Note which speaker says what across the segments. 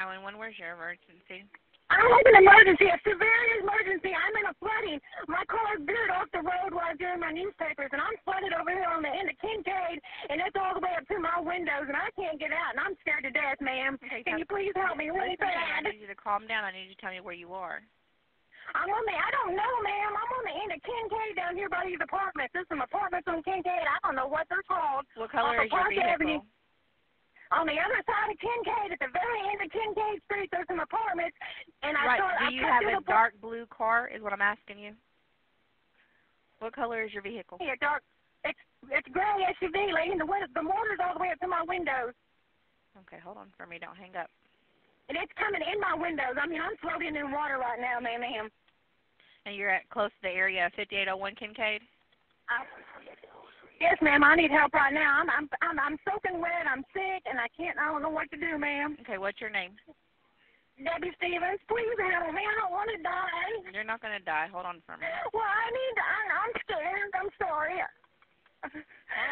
Speaker 1: 911. Where's your emergency?
Speaker 2: I have an emergency, a severe emergency. I'm in a flooding. My car veered off the road while I was doing my newspapers, and I'm flooded over here on the end of Kincaid, and it's all the way up to my windows, and I can't get out, and I'm scared to death, ma'am.
Speaker 1: Okay,
Speaker 2: Can you please help me really
Speaker 1: Listen, I
Speaker 2: bad?
Speaker 1: need you to calm down. I need you to tell me where you are.
Speaker 2: I'm on the, I don't know, ma'am. I'm on the end of Kincaid down here by these apartments. There's some apartments on Kincaid. I don't know what they're called.
Speaker 1: What color
Speaker 2: Off
Speaker 1: is
Speaker 2: of
Speaker 1: your
Speaker 2: Park
Speaker 1: vehicle?
Speaker 2: Avenue. On the other side of Kincaid, at the very end of Kincaid Street, there's some apartments, and
Speaker 1: Right.
Speaker 2: I thought I
Speaker 1: Do you
Speaker 2: cut
Speaker 1: have a
Speaker 2: through the block-
Speaker 1: dark blue car? Is what I'm asking you. What color is your vehicle?
Speaker 2: a dark, it's it's gray SUV, lady, and the window, the water's all the way up to my windows,
Speaker 1: Okay, hold on for me. Don't hang up.
Speaker 2: and it's coming in my windows. I mean, I'm floating in water right now, ma'am. ma'am.
Speaker 1: And you're at close to the area of 5801 Kincaid.
Speaker 2: I, yes, ma'am. I need help right now. I'm I'm I'm, I'm soaking wet. I'm sick, and I can't. I don't know what to do, ma'am.
Speaker 1: Okay, what's your name?
Speaker 2: Debbie Stevens, please help me. I don't want to die.
Speaker 1: You're not gonna die. Hold on for me.
Speaker 2: Well, I need. To, I, I'm scared. I'm sorry.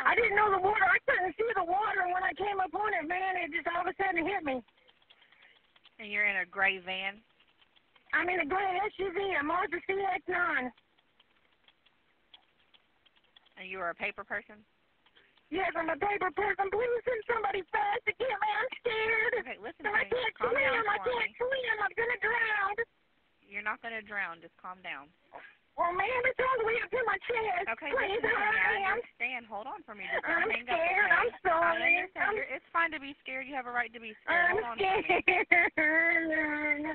Speaker 2: I didn't know the water. I couldn't see the water when I came up on it, man. It just all of a sudden hit me.
Speaker 1: And you're in a gray van.
Speaker 2: I'm in a gray SUV, a Mazda CX-9.
Speaker 1: And you are a paper person.
Speaker 2: Yes, I'm a paper person. Please send somebody fast to get me. I'm scared.
Speaker 1: Okay, listen to
Speaker 2: I
Speaker 1: me.
Speaker 2: can't
Speaker 1: Calm down
Speaker 2: swim. I
Speaker 1: for
Speaker 2: can't
Speaker 1: me.
Speaker 2: swim. I'm gonna drown.
Speaker 1: You're not gonna drown. Just calm down.
Speaker 2: Well, ma'am, it's all the way up to my chest.
Speaker 1: Okay,
Speaker 2: Please
Speaker 1: listen to
Speaker 2: help
Speaker 1: me.
Speaker 2: me.
Speaker 1: I
Speaker 2: I'm,
Speaker 1: understand. Hold on for me. Just don't
Speaker 2: I'm
Speaker 1: hang up.
Speaker 2: scared.
Speaker 1: okay?
Speaker 2: I'm sorry.
Speaker 1: I understand.
Speaker 2: I'm-
Speaker 1: You're, it's fine to be scared. You have a right to be scared.
Speaker 2: I'm
Speaker 1: Hold on for me.
Speaker 2: scared.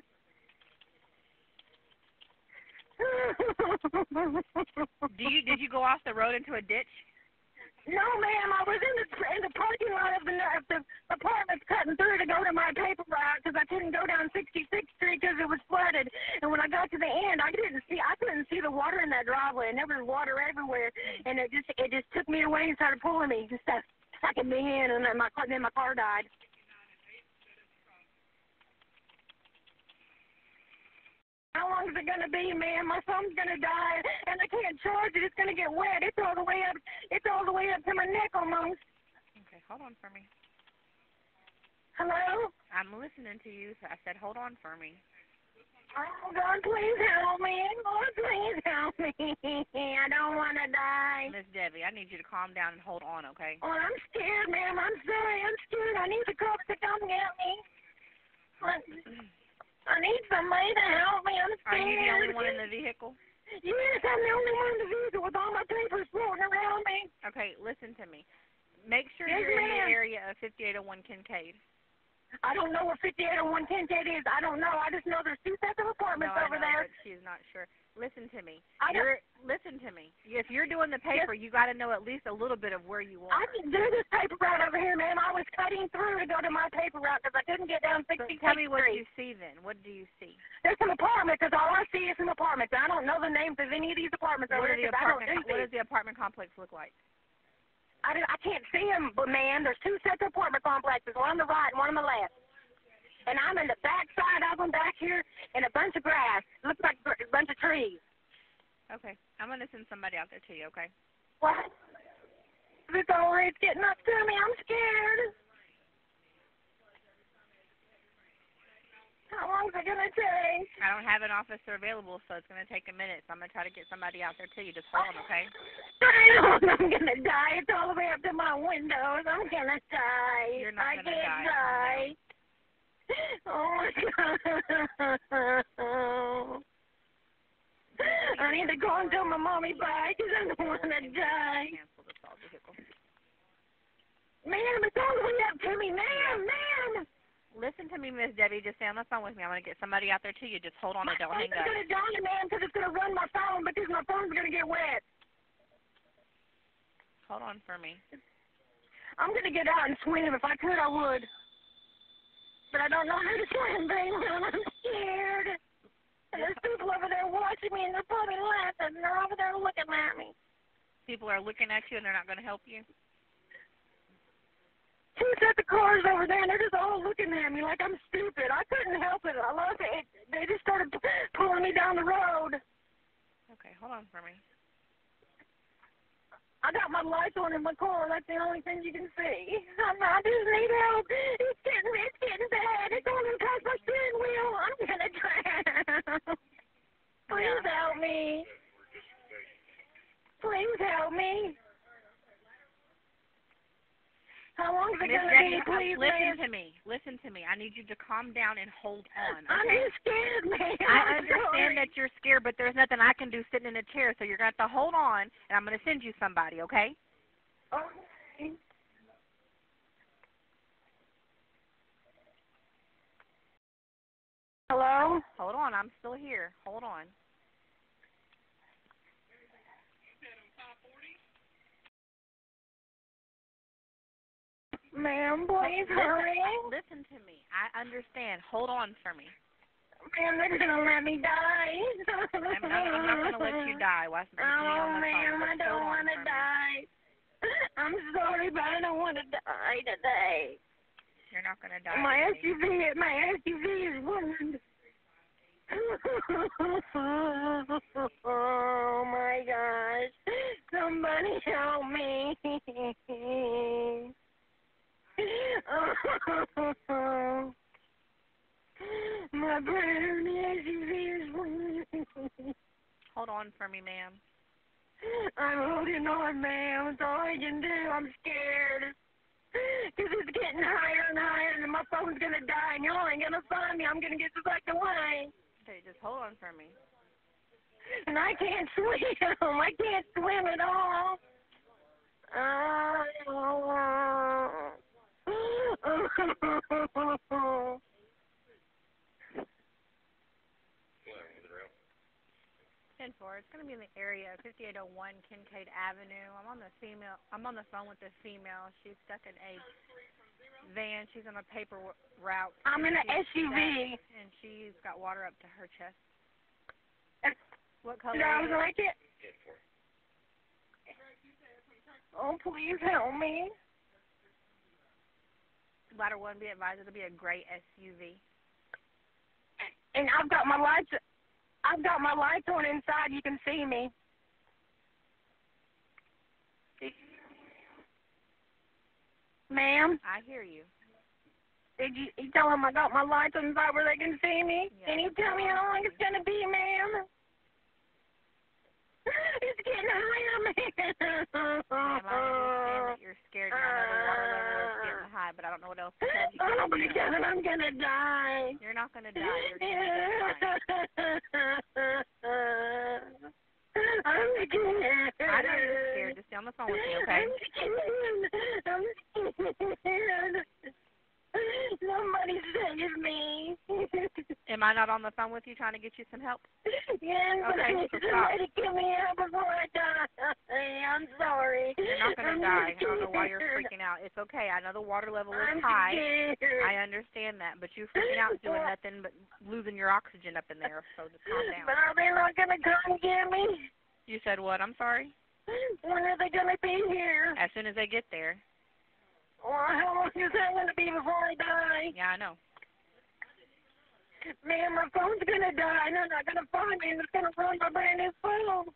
Speaker 1: Do you did you go off the road into a ditch?
Speaker 2: No, ma'am. I was in the in the parking lot of the of the apartments cutting through to go to my paper route because I couldn't go down 66th Street because it was flooded. And when I got to the end, I didn't see I couldn't see the water in that driveway, and there was water everywhere. And it just it just took me away and started pulling me, just uh, sucking me in, and then my car then my car died. How long is it gonna be, ma'am? My phone's gonna die, and I can't charge it. It's gonna get wet. It's all the way up. It's all the way up to my neck almost.
Speaker 1: Okay, hold on for me.
Speaker 2: Hello?
Speaker 1: I'm listening to you. So I said, hold on for me.
Speaker 2: Oh God, please help me. Lord, please help me. I don't wanna die.
Speaker 1: Miss Debbie, I need you to calm down and hold on, okay?
Speaker 2: Oh, I'm scared, ma'am. I'm sorry. I'm scared. I need the cops to come get me. I, I need somebody to help me. I'm
Speaker 1: Are
Speaker 2: scared.
Speaker 1: you the only one in the vehicle?
Speaker 2: Yes, I'm the only one in the vehicle with all my papers floating around me.
Speaker 1: Okay, listen to me. Make sure
Speaker 2: Yes,
Speaker 1: you're in the
Speaker 2: ma'am.
Speaker 1: area of 5801 Kincaid.
Speaker 2: I don't know where 5801 Kincaid is. I don't know. I just know there's two sets of
Speaker 1: No,
Speaker 2: apartments
Speaker 1: I
Speaker 2: over
Speaker 1: know,
Speaker 2: there.
Speaker 1: but she's not sure. Listen to me.
Speaker 2: I don't.
Speaker 1: You're listen to me. If you're doing the paper, you got to know at least a little bit of where you are.
Speaker 2: I can do this paper route over here, ma'am. I was cutting through to go to my paper route because I couldn't get down
Speaker 1: So
Speaker 2: 60
Speaker 1: tell me what you see then. What do you see?
Speaker 2: There's some apartments because all I see is some apartments. I don't know the names of any of these apartments
Speaker 1: What
Speaker 2: over
Speaker 1: are the
Speaker 2: here 'cause I don't
Speaker 1: apartment?
Speaker 2: do
Speaker 1: What
Speaker 2: these.
Speaker 1: does the apartment complex look like?
Speaker 2: I, don't- I can't see them, but man, there's two sets of apartment complexes, one on the right and one on the left. And I'm in the back side of them back here in a bunch of grass. Looks like gr- a bunch of trees.
Speaker 1: Okay, I'm gonna send somebody out there to you. Okay.
Speaker 2: What? This all is getting up to me. I'm scared. How long's it gonna take?
Speaker 1: I don't have an officer available, so it's gonna take a minute. So I'm gonna try to get somebody out there to you. Just hold on, okay?
Speaker 2: Damn, I'm gonna die. It's all the way up to my windows. I'm gonna die.
Speaker 1: You're not
Speaker 2: I
Speaker 1: gonna
Speaker 2: can't
Speaker 1: die.
Speaker 2: die. Oh my god. I need to go and tell my mommy bye because I don't want to die.
Speaker 1: Cancel this all vehicle.
Speaker 2: Ma'am, it's all the way up to me. Ma'am, ma'am.
Speaker 1: Listen to me, Miss Debbie. Just stay on the phone with me. I'm gonna get somebody out there to you. Just hold on and
Speaker 2: My
Speaker 1: don't
Speaker 2: phone's
Speaker 1: hang up.
Speaker 2: gonna die, ma'am, because it's gonna run my phone because my phone's gonna get wet.
Speaker 1: Hold on for me.
Speaker 2: I'm gonna get out and swim. If I could, I would. But I don't know how to swim, baby. I'm scared. And there's people over there watching me, and they're probably laughing. And they're over there looking at me.
Speaker 1: People are looking at you and they're not gonna help you.
Speaker 2: Two sets of cars over there, and they're just all looking at me like I'm stupid. I couldn't help it. I love it. They just started pulling me down the road.
Speaker 1: Okay, hold on for me.
Speaker 2: I got my lights on in my car. That's the only thing you can see. I'm, I just need help. It's getting, it's getting bad. It's only past my How long is it
Speaker 1: Miss
Speaker 2: going to be,
Speaker 1: Jackie,
Speaker 2: please,
Speaker 1: listen
Speaker 2: ma'am?
Speaker 1: to me. Listen to me. I need you to calm down and hold on.
Speaker 2: I'm
Speaker 1: okay?
Speaker 2: just scared, ma'am.
Speaker 1: I
Speaker 2: I'm sorry.
Speaker 1: understand that you're scared, but there's nothing I can do sitting in a chair, so you're going to have to hold on, and I'm going to send you somebody, okay?
Speaker 2: Okay. Hello?
Speaker 1: Hold on. I'm still here. Hold on.
Speaker 2: Ma'am, please
Speaker 1: Listen-
Speaker 2: hurry.
Speaker 1: Listen to me. I understand. Hold on for me.
Speaker 2: Ma'am, they're gonna let me die.
Speaker 1: I'm not, I'm not going to let you die. Why listen to me
Speaker 2: Oh,
Speaker 1: on the phone?
Speaker 2: ma'am, I
Speaker 1: Just
Speaker 2: don't
Speaker 1: hold on
Speaker 2: wanna
Speaker 1: for me.
Speaker 2: die. I'm sorry, but I don't wanna die today.
Speaker 1: You're not going to die.
Speaker 2: my
Speaker 1: honey.
Speaker 2: SUV, my SUV is ruined. oh my gosh! Somebody help me! my brand new SUV is ruined.
Speaker 1: Hold on for me, ma'am.
Speaker 2: I'm holding on, ma'am. That's all I can do. I'm scared. 'Cause it's getting higher and higher, and my phone's gonna die, and y'all ain't gonna find me. I'm gonna get sucked away,
Speaker 1: Okay, just hold on for me.
Speaker 2: and I can't swim. I can't swim at all. Oh.
Speaker 1: Ten four. It's going to be in the area of 5801 Kincaid Avenue. I'm on the female. I'm on the phone with the female. She's stuck in a van. She's on a paper w- route.
Speaker 2: I'm in
Speaker 1: and
Speaker 2: an
Speaker 1: she's
Speaker 2: SUV.
Speaker 1: stuck, and she's got water up to her chest.
Speaker 2: And-
Speaker 1: What color?
Speaker 2: And I was
Speaker 1: is it?
Speaker 2: like, it. Oh, please help me.
Speaker 1: Ladder one. Be advised. It'll be a gray SUV.
Speaker 2: and I've got my lights. I've got my lights on inside. You can see me. Ma'am,
Speaker 1: I hear you.
Speaker 2: did you, you tell them I got my lights on inside where they can see me?
Speaker 1: Yeah.
Speaker 2: Can you tell me how long it's gonna be, ma'am? It's getting higher,
Speaker 1: Ma'am, I understand
Speaker 2: ma'am.
Speaker 1: that you're scared and I know the water level is getting high, but I don't know what else to tell you.
Speaker 2: Oh my God, I'm gonna die.
Speaker 1: You're not gonna die. You're gonna be fine.
Speaker 2: I'm scared.
Speaker 1: I know you're scared. Just stay on the phone with me, okay?
Speaker 2: I'm scared. I'm scared. Somebody save me.
Speaker 1: Am I not on the phone with you trying to get you some help?
Speaker 2: yes,
Speaker 1: Okay,
Speaker 2: please,
Speaker 1: so stop.
Speaker 2: somebody get me out before I die. I'm sorry.
Speaker 1: You're not
Speaker 2: I'm
Speaker 1: gonna die. I don't know why you're
Speaker 2: scared.
Speaker 1: freaking out. It's okay. I know the water level
Speaker 2: I'm
Speaker 1: is high.
Speaker 2: scared.
Speaker 1: I understand that, but you freaking out is doing nothing but losing your oxygen up in there. So just calm down.
Speaker 2: But are they not gonna come get me?
Speaker 1: You said what? I'm sorry.
Speaker 2: When are they gonna be here?
Speaker 1: As soon as they get there.
Speaker 2: Or how long is that gonna be before I die?
Speaker 1: Yeah, I know.
Speaker 2: Man, my phone's gonna die and they're not gonna find me and it's gonna ruin my brand new phone.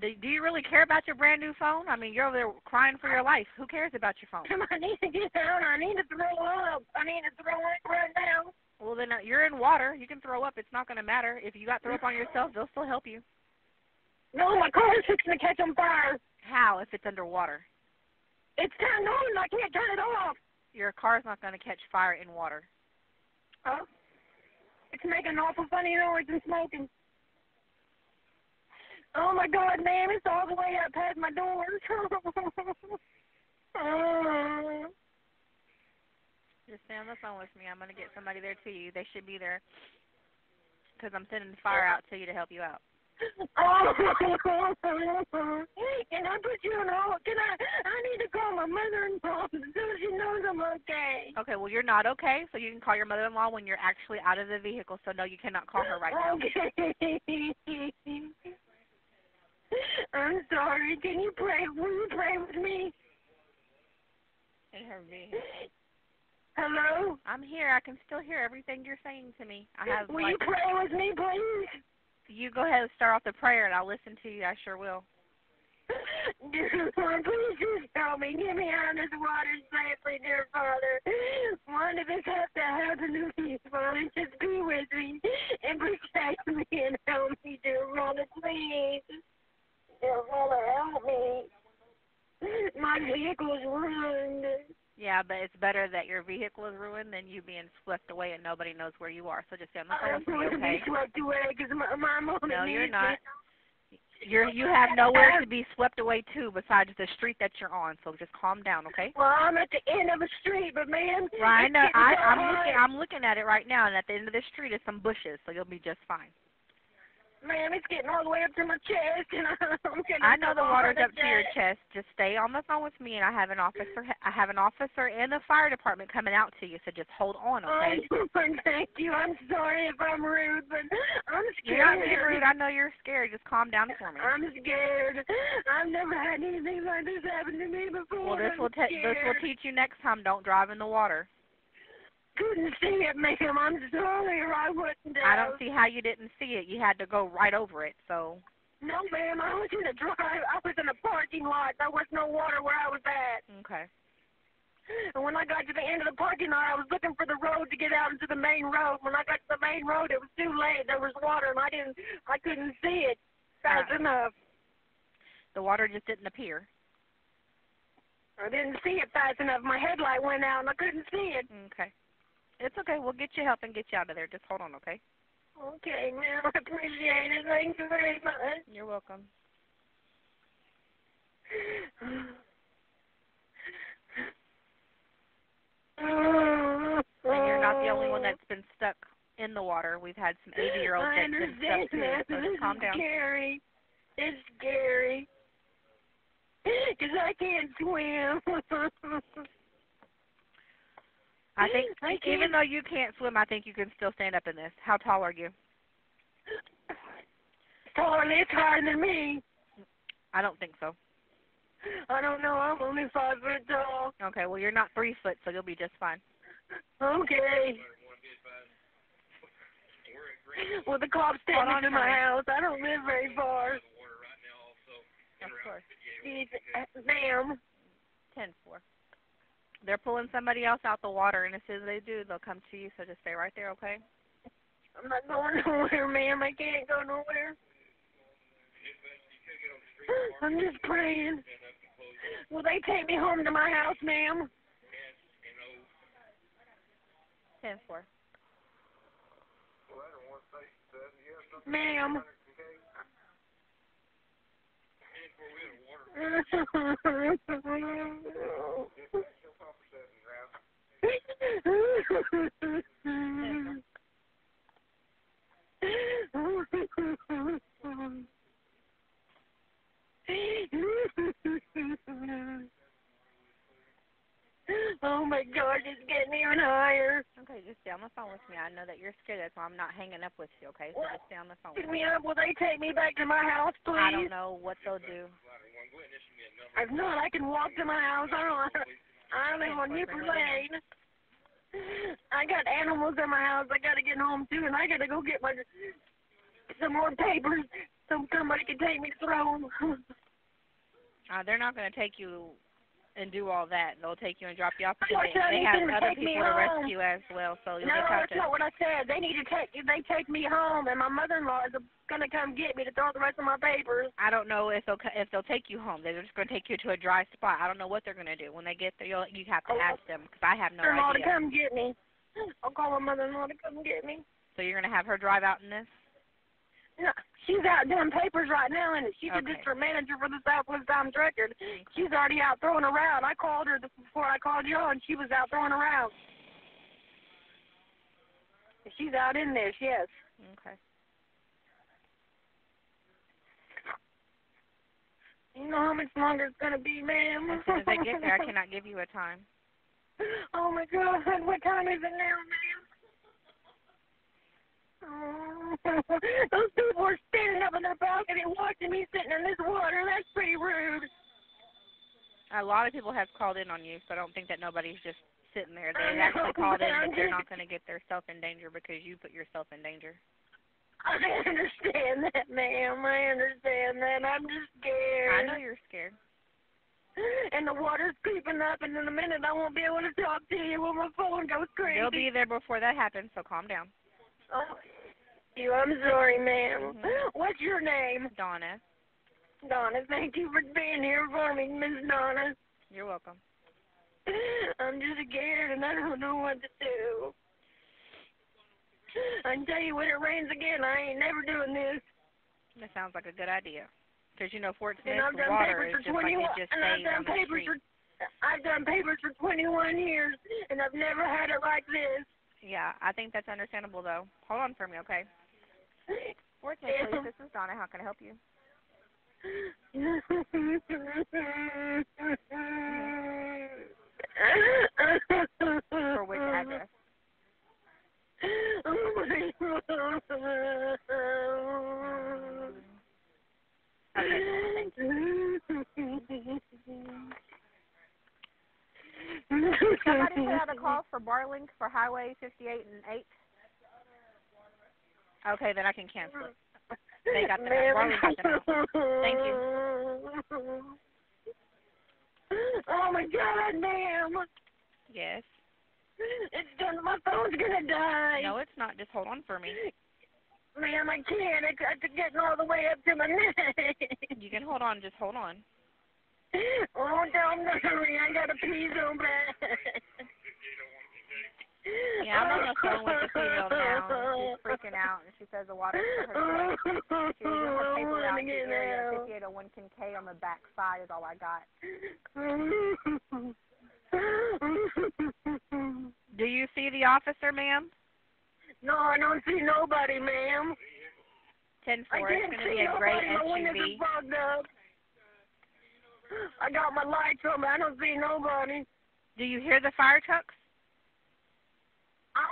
Speaker 1: Do, do you really care about your brand new phone? I mean, you're over there crying for your life. Who cares about your phone?
Speaker 2: Come on, I need to get out. I need to throw up. I need to throw up right now.
Speaker 1: Well, then uh, you're in water. You can throw up. It's not going to matter. If you got throw up on yourself, they'll still help you.
Speaker 2: No, my car's just gonna catch on fire.
Speaker 1: How if it's underwater?
Speaker 2: It's turned on and I can't turn it off.
Speaker 1: Your car's not going to catch fire in water.
Speaker 2: Oh. It's making an awful funny noise and smoking. Oh my god, man, it's all the way up past my door. oh.
Speaker 1: Just stay on the phone with me. I'm going to get somebody there to you. They should be there because I'm sending fire out to you to help you out.
Speaker 2: Oh, can I put you on hold? Can I? I need to call my mother-in-law so she knows I'm okay.
Speaker 1: Okay, well, you're not okay, so you can call your mother in law when you're actually out of the vehicle. So, no, you cannot call her right now.
Speaker 2: Okay. I'm sorry. Can you pray? Will you pray with me?
Speaker 1: In her vehicle.
Speaker 2: Hello.
Speaker 1: I'm here. I can still hear everything you're saying to me. I have,
Speaker 2: Will you
Speaker 1: like,
Speaker 2: pray with me, please?
Speaker 1: you go ahead and start off the prayer, and I'll listen to you. I sure will.
Speaker 2: Lord, please just help me. Get me out of this water safely, dear Father. Why did this have to happen to me, Father? Just be with me and protect me and help me, dear Father, please. Dear Father, help me. My vehicle's ruined.
Speaker 1: Yeah, but it's better that your vehicle is ruined than you being swept away and nobody knows where you are. So just stay on the phone
Speaker 2: I'm
Speaker 1: with me,
Speaker 2: going to be
Speaker 1: okay?
Speaker 2: swept away because my, my mom
Speaker 1: No,
Speaker 2: needs
Speaker 1: you're
Speaker 2: me.
Speaker 1: not. You're you have nowhere to be swept away to besides the street that you're on. So just calm down, okay?
Speaker 2: Well, I'm at the end of a street, but man,
Speaker 1: Right, I
Speaker 2: it's
Speaker 1: know.
Speaker 2: getting
Speaker 1: I,
Speaker 2: so
Speaker 1: I'm
Speaker 2: hard.
Speaker 1: looking. I'm looking at it right now, and at the end of the street is some bushes, so you'll be just fine.
Speaker 2: Man, it's getting all the way up to my chest, and I'm getting.
Speaker 1: I know the
Speaker 2: so
Speaker 1: water's
Speaker 2: hard
Speaker 1: up to your
Speaker 2: upset.
Speaker 1: chest. Just stay on the phone with me, and I have an officer. I have an officer and the fire department coming out to you. So just hold on, okay?
Speaker 2: Um, thank you. I'm sorry if I'm rude, but I'm
Speaker 1: You're
Speaker 2: scared.
Speaker 1: not being rude. I know you're scared. Just calm down for me.
Speaker 2: I'm scared. I've never had anything like this happen to me before.
Speaker 1: Well, this
Speaker 2: I'm
Speaker 1: will te- this will
Speaker 2: scared.
Speaker 1: teach you next time. Don't drive in the water.
Speaker 2: Couldn't see it, ma'am. I'm sorry, or I wouldn't.
Speaker 1: I
Speaker 2: have.
Speaker 1: don't see how you didn't see it. You had to go right over it. So
Speaker 2: No, ma'am. I was in the drive. I was in a parking lot. There was no water where I was at.
Speaker 1: okay.
Speaker 2: And when I got to the end of the parking lot, I was looking for the road to get out into the main road. When I got to the main road, it was too late. There was water, and I didn't, I couldn't see it fast
Speaker 1: Right.
Speaker 2: enough.
Speaker 1: The water just didn't appear.
Speaker 2: I didn't see it fast enough. My headlight went out, and I couldn't see it.
Speaker 1: Okay. It's okay. We'll get you help and get you out of there. Just hold on, okay?
Speaker 2: Okay, ma'am, I appreciate it. Thank you very much.
Speaker 1: You're welcome. And you're not the only one that's been stuck in the water. We've had some 80 year olds
Speaker 2: I
Speaker 1: that's been
Speaker 2: understand
Speaker 1: stuck too.
Speaker 2: that,
Speaker 1: So
Speaker 2: but
Speaker 1: just
Speaker 2: this
Speaker 1: calm
Speaker 2: is
Speaker 1: down.
Speaker 2: scary. It's scary. Because I can't swim.
Speaker 1: I think
Speaker 2: I can't-
Speaker 1: even though you can't swim, I think you can still stand up in this. How tall are you?
Speaker 2: Taller, it's higher than me.
Speaker 1: I don't think so.
Speaker 2: I don't know. I'm only five foot tall.
Speaker 1: Okay. Well, you're not three foot, so you'll be just fine.
Speaker 2: Okay. Well, the cops take
Speaker 1: Hold
Speaker 2: me
Speaker 1: on,
Speaker 2: to my
Speaker 1: honey.
Speaker 2: house. I don't live very far.
Speaker 1: Of course.
Speaker 2: Jeez, uh, ma'am.
Speaker 1: Ten four. They're pulling somebody else out the water, and as soon as they do, they'll come to you. So just stay right there, okay?
Speaker 2: I'm not going nowhere, ma'am. I can't go nowhere. I'm just praying. Will they take me home to my house, ma'am?
Speaker 1: Ten four.
Speaker 2: Ma'am. Oh my God, it's getting even higher.
Speaker 1: Okay, just stay on the phone with me. I know that you're scared. That's why I'm not hanging up with you, okay? So just stay on the phone.
Speaker 2: Pick
Speaker 1: With me.
Speaker 2: me up. Will they take me back to my house, please?
Speaker 1: I don't know what they'll do.
Speaker 2: If not, I can walk to my house. I don't. I live on Newport Lane. I got animals at my house. I gotta get home too, and I gotta go get my some more papers so somebody can take me to Rome.
Speaker 1: Uh, they're not going to take you and do all that. They'll take you and drop you off
Speaker 2: You're
Speaker 1: because they, they
Speaker 2: telling me
Speaker 1: have
Speaker 2: to
Speaker 1: other
Speaker 2: take me
Speaker 1: people to
Speaker 2: home.
Speaker 1: rescue as well. So you'll
Speaker 2: no,
Speaker 1: just have
Speaker 2: that's
Speaker 1: to.
Speaker 2: not what I said. They need to take. They take me home, and my mother-in-law is gonna come get me to throw the rest of my papers.
Speaker 1: I don't know if they'll co- if they'll take you home. They're just going to take you to a dry spot. I don't know what they're going to do when they get there. You'll, you have to
Speaker 2: Oh,
Speaker 1: ask them because I have no
Speaker 2: mother-in-law to
Speaker 1: idea.
Speaker 2: come get me. I'll call my mother-in-law to come get me.
Speaker 1: So you're going to have her drive out in this.
Speaker 2: No, she's out doing papers right now, and she's a
Speaker 1: Okay.
Speaker 2: district manager for the Southwest Times Record. She's already out throwing around. I called her before I called y'all, and she was out throwing around. She's out in this, yes.
Speaker 1: Okay.
Speaker 2: You know how much longer it's gonna be, ma'am.
Speaker 1: As soon as they get there, I cannot give you a time.
Speaker 2: Oh my God! What time is it now, ma'am? Oh, those people are standing up on their balcony watching me sitting in this water. That's pretty rude.
Speaker 1: A lot of people have called in on you, so I don't think that nobody's just sitting there.
Speaker 2: I
Speaker 1: They
Speaker 2: know,
Speaker 1: actually called in,
Speaker 2: but
Speaker 1: but they're
Speaker 2: I'm
Speaker 1: not
Speaker 2: just-
Speaker 1: going to get themselves in danger because you put yourself in danger.
Speaker 2: I understand that, ma'am. I understand that. I'm just
Speaker 1: I
Speaker 2: scared.
Speaker 1: know you're scared.
Speaker 2: And the water's creeping up, and in a minute I won't be able to talk to you when my phone goes crazy.
Speaker 1: They'll be there before that happens, so calm down.
Speaker 2: Oh, you. I'm sorry, madam
Speaker 1: Mhm.
Speaker 2: What's your name?
Speaker 1: Donna,
Speaker 2: Donna. Thank you for being here for me, Miss Donna.
Speaker 1: you're welcome.
Speaker 2: I'm just scared and I don't know what to do. I can tell you when it rains again, I ain't never doing this.
Speaker 1: That sounds like a good idea. Because, you know, Fort
Speaker 2: And
Speaker 1: Smith's
Speaker 2: I've done
Speaker 1: water
Speaker 2: papers
Speaker 1: is
Speaker 2: for
Speaker 1: just like
Speaker 2: 21.
Speaker 1: it just
Speaker 2: and I've
Speaker 1: stays
Speaker 2: done
Speaker 1: on the
Speaker 2: papers
Speaker 1: street.
Speaker 2: for. I've done papers for 21 years, and I've never had it like this.
Speaker 1: Yeah, I think that's understandable, though. Hold on for me, okay? Fort Smith,
Speaker 2: Yeah.
Speaker 1: please. This is Donna. How can I help you? For
Speaker 2: For
Speaker 1: which address? Okay, Donna, thank you. Somebody put out a call for Barlink for Highway 58 and 8. Okay, then I can cancel it. They got the
Speaker 2: Mary.
Speaker 1: Marlon got the Thank
Speaker 2: Oh my God, ma'am!
Speaker 1: Yes.
Speaker 2: It's done. My phone's gonna die.
Speaker 1: No, it's not. Just hold on for me.
Speaker 2: Ma'am, I can't. It's, it's getting all the way up to my neck.
Speaker 1: You can hold on. Just hold on.
Speaker 2: oh, don't worry. I gotta pee so bad.
Speaker 1: Yeah, I'm on the phone with the female now. And she's freaking out, and she says the water's for her.
Speaker 2: Oh,
Speaker 1: She was in her paper route
Speaker 2: I'm
Speaker 1: to
Speaker 2: getting
Speaker 1: area
Speaker 2: out.
Speaker 1: 5801 Kincaid on the back side is all I got.
Speaker 2: No,
Speaker 1: Do you see the officer, ma'am?
Speaker 2: I don't see nobody, ma'am.
Speaker 1: 10
Speaker 2: I
Speaker 1: 4. It's
Speaker 2: can't
Speaker 1: going to
Speaker 2: see
Speaker 1: be a gray
Speaker 2: nobody. My windows
Speaker 1: SUV.
Speaker 2: are fogged up. I got my lights on, but I don't see nobody.
Speaker 1: Do you hear the fire trucks?
Speaker 2: I,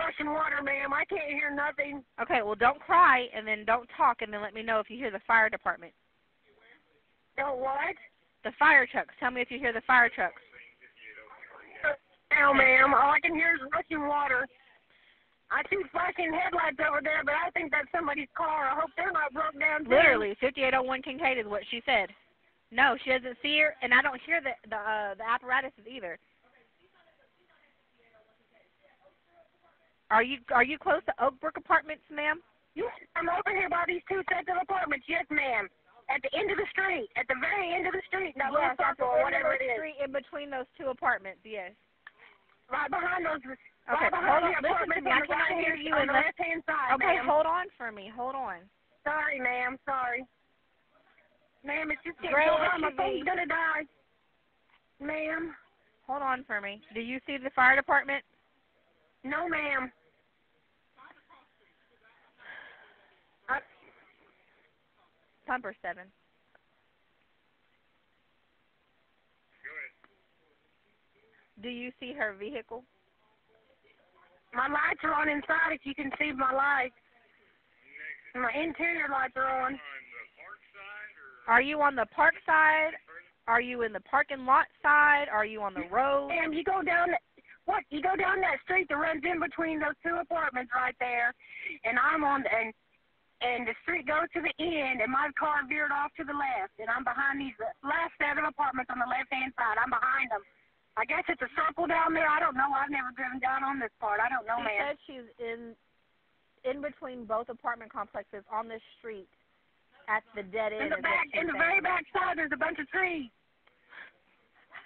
Speaker 2: rushing water, ma'am. I can't hear nothing.
Speaker 1: Okay, well, don't cry, and then don't talk, and then let me know if you hear the fire department.
Speaker 2: Don't what?
Speaker 1: The fire trucks. Tell me if you hear the fire trucks.
Speaker 2: No, ma'am. All I can hear is rushing water. I see flashing headlights over there, but I think that's somebody's car. I hope they're not broke down. too.
Speaker 1: Literally, 5801 Kincaid is what she said. No, she doesn't see her, and I don't hear the the, uh, the apparatuses either. Are you are you close to Oak Brook Apartments, ma'am?
Speaker 2: Yes, I'm over here by these two sets of apartments. Yes, ma'am. At the end of the street. At the very end of the street. That little
Speaker 1: yes, at the
Speaker 2: circle
Speaker 1: end
Speaker 2: or whatever
Speaker 1: of the
Speaker 2: it is.
Speaker 1: street in between those two apartments. Yes.
Speaker 2: Right behind those.
Speaker 1: Okay,
Speaker 2: right behind
Speaker 1: hold on.
Speaker 2: the
Speaker 1: Listen to
Speaker 2: apartments
Speaker 1: me.
Speaker 2: on
Speaker 1: I
Speaker 2: the
Speaker 1: cannot
Speaker 2: right-hand-
Speaker 1: hear you
Speaker 2: on the
Speaker 1: unless.
Speaker 2: left hand side.
Speaker 1: Okay,
Speaker 2: ma'am.
Speaker 1: hold on for me. Hold on.
Speaker 2: Sorry, ma'am. Sorry. Ma'am, it's just getting
Speaker 1: Gray
Speaker 2: so hot. My
Speaker 1: SUV.
Speaker 2: phone's gonna die. Ma'am.
Speaker 1: Hold on for me. Do you see the fire department?
Speaker 2: No, ma'am. I,
Speaker 1: Pumper seven. Do you see her vehicle?
Speaker 2: my lights are on inside. If you can see my lights. My interior lights are on.
Speaker 1: Are you on the park side? Are you in the parking lot side? Are you on the road?
Speaker 2: Ma'am, you go down what? You go down that street that runs in between those two apartments right there, and I'm on the, and and the street goes to the end, and my car veered off to the left, and I'm behind these last set of apartments on the left hand side. I'm behind them. I guess it's a circle down there. I don't know. I've never driven down on this part. I don't know,
Speaker 1: she
Speaker 2: ma'am.
Speaker 1: said she's in in between both apartment complexes on the street at the dead end.
Speaker 2: In the
Speaker 1: is what
Speaker 2: back,
Speaker 1: she
Speaker 2: in the
Speaker 1: said.
Speaker 2: very back side, there's a bunch of trees.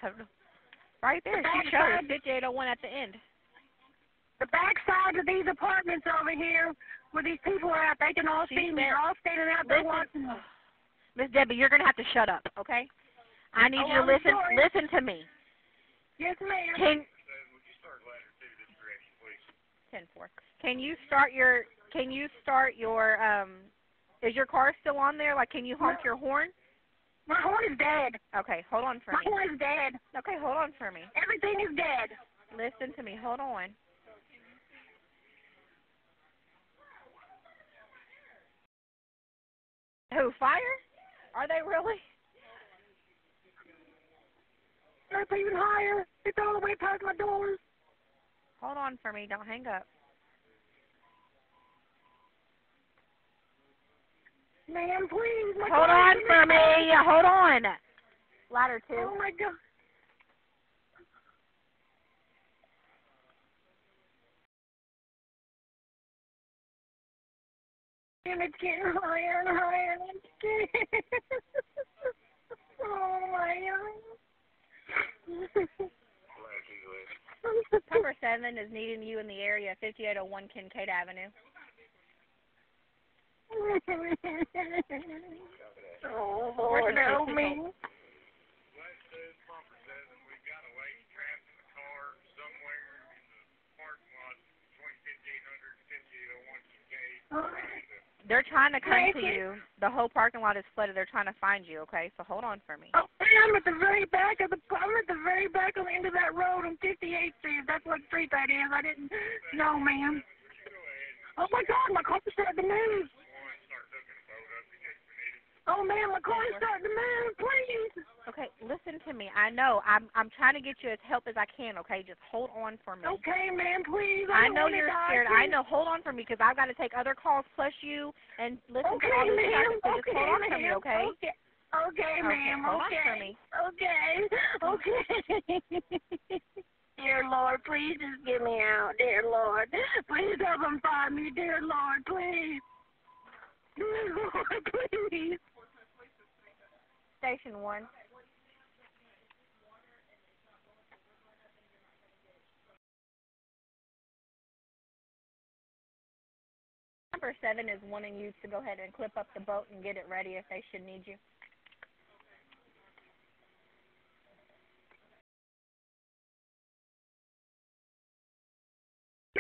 Speaker 1: I don't know. Right there,
Speaker 2: The
Speaker 1: she
Speaker 2: back
Speaker 1: shows
Speaker 2: side.
Speaker 1: 5801 at the end.
Speaker 2: The back sides of these apartments over here, where these people are at, they can all
Speaker 1: She
Speaker 2: see me.
Speaker 1: said-
Speaker 2: They're all standing out there
Speaker 1: Listen.
Speaker 2: watching me.
Speaker 1: Miss Debbie, you're gonna have to shut up, okay? I need
Speaker 2: Oh,
Speaker 1: you to
Speaker 2: I'm
Speaker 1: listen.
Speaker 2: sorry.
Speaker 1: Listen to me.
Speaker 2: Yes, ma'am.
Speaker 1: Can ten four. Can you start your? Can you start your? Um, is your car still on there? Like, can you honk your horn?
Speaker 2: My horn is dead.
Speaker 1: Okay, hold on for
Speaker 2: My
Speaker 1: me.
Speaker 2: horn is dead.
Speaker 1: Okay, hold on for me.
Speaker 2: Everything is dead.
Speaker 1: Listen to me. Hold on. Who fire? Are they really?
Speaker 2: It's even higher. It's all the way past my doors.
Speaker 1: Hold on for me. Don't hang up.
Speaker 2: Ma'am, please. My
Speaker 1: Hold on
Speaker 2: car's
Speaker 1: for
Speaker 2: gonna die.
Speaker 1: me. Hold on. Ladder two.
Speaker 2: Oh my God. And it's getting higher and higher, and I'm scared. oh my God.
Speaker 1: number seven is needing you in the area, 5801 Kincaid Avenue.
Speaker 2: oh Lord, help me. Oh,
Speaker 1: They're trying to come to
Speaker 2: Thank you.
Speaker 1: you. The whole parking lot is flooded. They're trying to find you, okay? So hold on for me.
Speaker 2: Oh, hey, I'm at the very back of the I'm at the very back of the end of that road on 58th Street. That's what street that is. I didn't know, ma'am. Oh my God, my car's starting to move. Oh man, my car's starting to move. Please.
Speaker 1: Okay, listen to me. I know. I'm I'm trying to get you as help as I can, okay? Just hold on for me.
Speaker 2: Okay, ma'am, please.
Speaker 1: I
Speaker 2: I, don't
Speaker 1: know
Speaker 2: wanna
Speaker 1: you're
Speaker 2: die,
Speaker 1: scared. I
Speaker 2: please.
Speaker 1: know. Hold on for me because I've got to take other calls plus you and listen
Speaker 2: Okay,
Speaker 1: to all this
Speaker 2: ma'am.
Speaker 1: traffic. So just
Speaker 2: okay,
Speaker 1: hold on for me,
Speaker 2: ma'am.
Speaker 1: okay?
Speaker 2: Okay. Okay, ma'am.
Speaker 1: hold on
Speaker 2: okay.
Speaker 1: for me.
Speaker 2: Okay. Okay. dear Lord, please just get me out, dear Lord. Please help them find me, dear Lord, please. Dear Lord, please.
Speaker 1: Station one. Number seven is wanting you to go ahead and clip up the boat and get it ready if they should need you.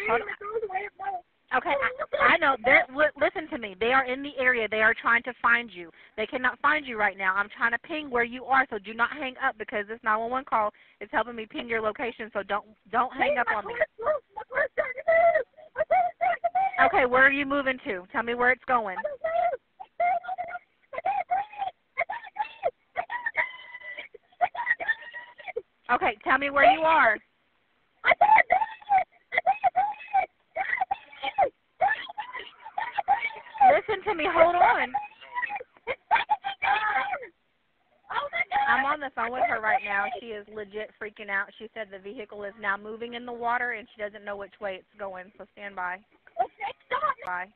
Speaker 1: Hold on.
Speaker 2: Ma'am, it's all the way up.
Speaker 1: Okay, I, I know. They're, li- listen to me. They are in the area. They are trying to find you. They cannot find you right now. I'm trying to ping where you are, so do not hang up because this 911 call is helping me ping your location. So don't don't hang
Speaker 2: Ma'am,
Speaker 1: up
Speaker 2: my
Speaker 1: on me.
Speaker 2: car's moved. My car's starting to move. My car's starting to move.
Speaker 1: Okay, where are you moving to? Tell me where it's going. Okay, tell me where you are. Listen to me. Hold on. I'm on the phone with her right now. She is legit freaking out. She said the vehicle is now moving in the water and she doesn't know which way it's going. So stand by. Bye.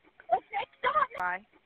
Speaker 1: Bye.